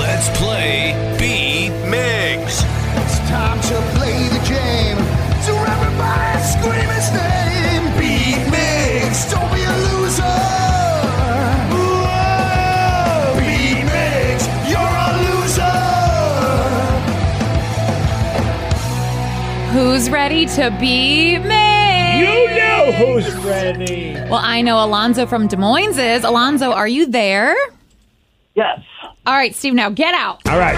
Let's play B Migs. It's time to play the game. So everybody scream his name. Beat Mix. Don't be a loser. Whoa. Beat Mix. You're a loser. Who's ready to be made? You know who's ready. Well, I know Alonzo from Des Moines is. Alonzo, are you there? Yes. All right, Steve, now get out. All right.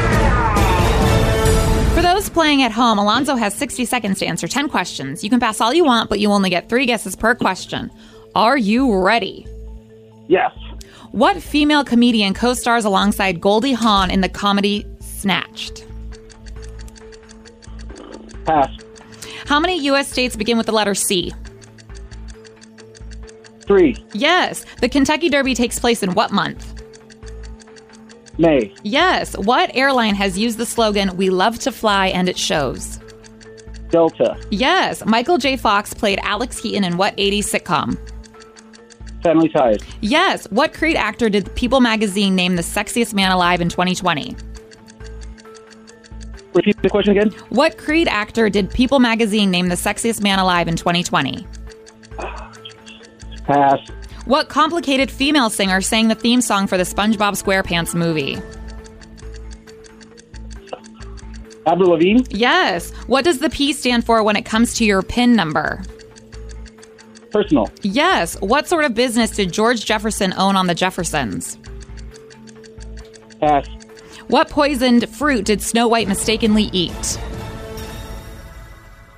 For those playing at home, Alonzo has 60 seconds to answer 10 questions. You can pass all you want, but you only get three guesses per question. Are you ready? Yes. What female comedian co stars alongside Goldie Hawn in the comedy Snatched? Pass. How many U.S. states begin with the letter C? Three. Yes. The Kentucky Derby takes place in what month? May. Yes. What airline has used the slogan, We love to fly and it shows? Delta. Yes, Michael J. Fox played Alex Keaton in what 80s sitcom? Family ties. Yes, what Creed actor did People magazine name the sexiest man alive in 2020? Repeat the question again. What Creed actor did People magazine name the sexiest man alive in 2020? Pass. What complicated female singer sang the theme song for the SpongeBob SquarePants movie? Avril Lavigne. Yes, what does the P stand for when it comes to your PIN number? Personal. Yes, what sort of business did George Jefferson own on the Jeffersons? Pass. What poisoned fruit did Snow White mistakenly eat?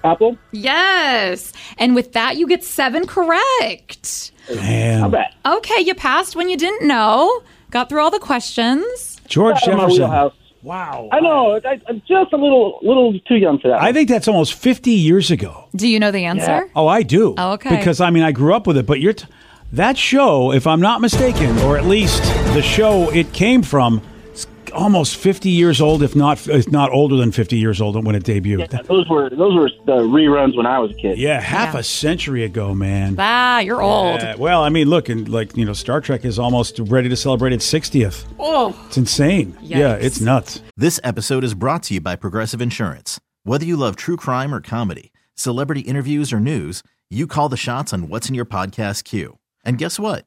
Apple. Yes. And with that, you get seven correct. How bad? Okay, you passed when you didn't know. Got through all the questions. George Out of my Jefferson. wheelhouse. Wow. I know. I, I'm just a little, little too young for that. I think that's almost 50 years ago. Do you know the answer? Oh, I do. Oh, okay. Because, I mean, I grew up with it, but you're. T- that show, if I'm not mistaken, or at least the show it came from, it's almost 50 years old, if not if not older than 50 years old when it debuted. Yeah, That- those were those were the reruns when I was a kid. yeah, half Yeah. a century ago, man. Ah, you're old. Yeah, well, I mean, look, and like you know, Star Trek is almost ready to celebrate its 60th. Oh, it's insane. Yeah, Yikes. it's nuts. This episode is brought to you by Progressive Insurance. Whether you love true crime or comedy, celebrity interviews or news, you call the shots on what's in your podcast queue. And guess what?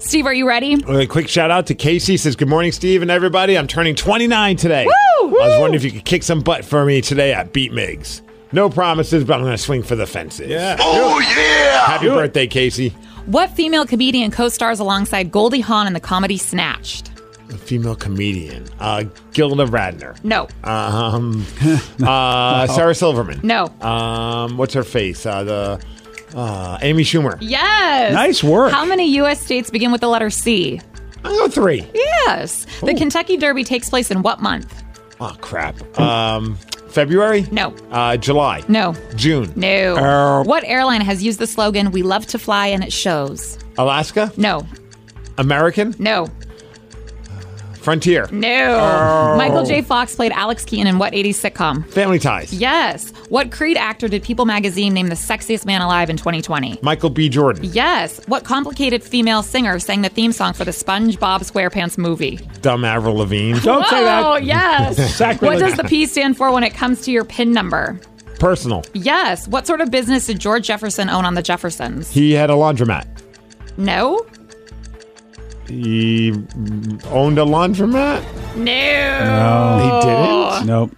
Steve, are you ready? Well, A quick shout out to Casey says, "Good morning, Steve and everybody. I'm turning 29 today. I was wondering if you could kick some butt for me today at Beat Migs. No promises, but I'm going to swing for the fences. Yeah. Oh, yeah. Happy birthday, Casey. What female comedian co stars alongside Goldie Hawn in the comedy Snatched? A female comedian, uh, Gilda Radner. No. Um, uh, Sarah Silverman. No. Um, what's her face? Uh, the uh, Amy Schumer. Yes. Nice work. How many U.S. states begin with the letter C? I'll go three. Yes. The Kentucky Derby takes place in what month? Oh crap. Um, February. No. Uh, July. No. June. No. Uh, what airline has used the slogan, We love to fly and it shows? Alaska. No. American. No. Frontier. No. Michael J. Fox played Alex Keaton in what 80s sitcom? Family Ties. Yes. What Creed actor did People magazine name the sexiest man alive in 2020? Michael B. Jordan. Yes. What complicated female singer sang the theme song for the SpongeBob SquarePants movie? Dumb Avril Lavigne. Don't say that. Oh, yes. what Sacrilege. does the P stand for when it comes to your PIN number? Personal. Yes. What sort of business did George Jefferson own on the Jeffersons? He had a laundromat. No. He owned a laundromat. No. He Oh. didn't. Oh. Nope.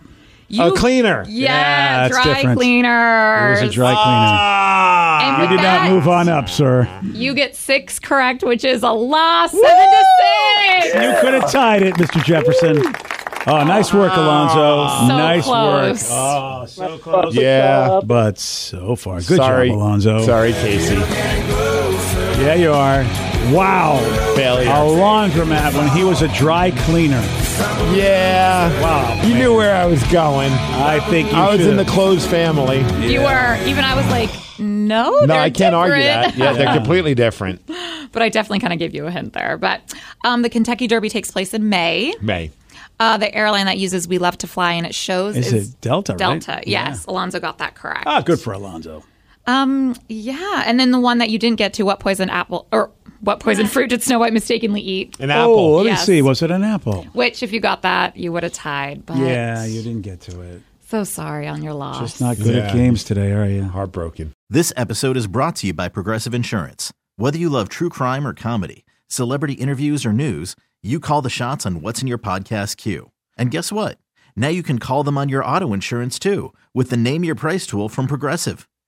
You, a cleaner. Yeah, Yeah, that's dry different. It cleaner. was a dry cleaner. Ah, And You with did that, not move on up, sir. You get six correct, which is a loss. Seven to six. You could have tied it, Mr. Jefferson. Oh, nice work, Alonzo. So nice close. work. Oh, so close. yeah. But so far, good Sorry, job, Alonzo. Sorry, Casey. Yeah, you are. Wow. Failure. A laundromat when he was a dry cleaner. Yeah. Wow. You knew where I was going. I think you I was in the should've- clothes family. You were even. I was like, no, No, they're I can't argue different. that. Yeah, they're completely different. but I definitely kind of gave you a hint there. But um, the Kentucky Derby takes place in May. May. Uh, the airline that uses "We Love to Fly" and it shows Is it Delta, right? Delta. Yeah. Yes, Alonzo got that correct. Ah, good for Alonzo. Um, yeah, and then the one that you didn't get to: what poison apple or what poison fruit did Snow White mistakenly eat? An Oh, apple. let Yes. me see. Was it an apple? Which, if you got that, you would have tied. But Yeah, you didn't get to it. So sorry on your loss. Just not good Yeah. at games today, are you? Heartbroken. This episode is brought to you by Progressive Insurance. Whether you love true crime or comedy, celebrity interviews or news, you call the shots on what's in your podcast queue. And guess what? Now you can call them on your auto insurance too with the Name Your Price tool from Progressive.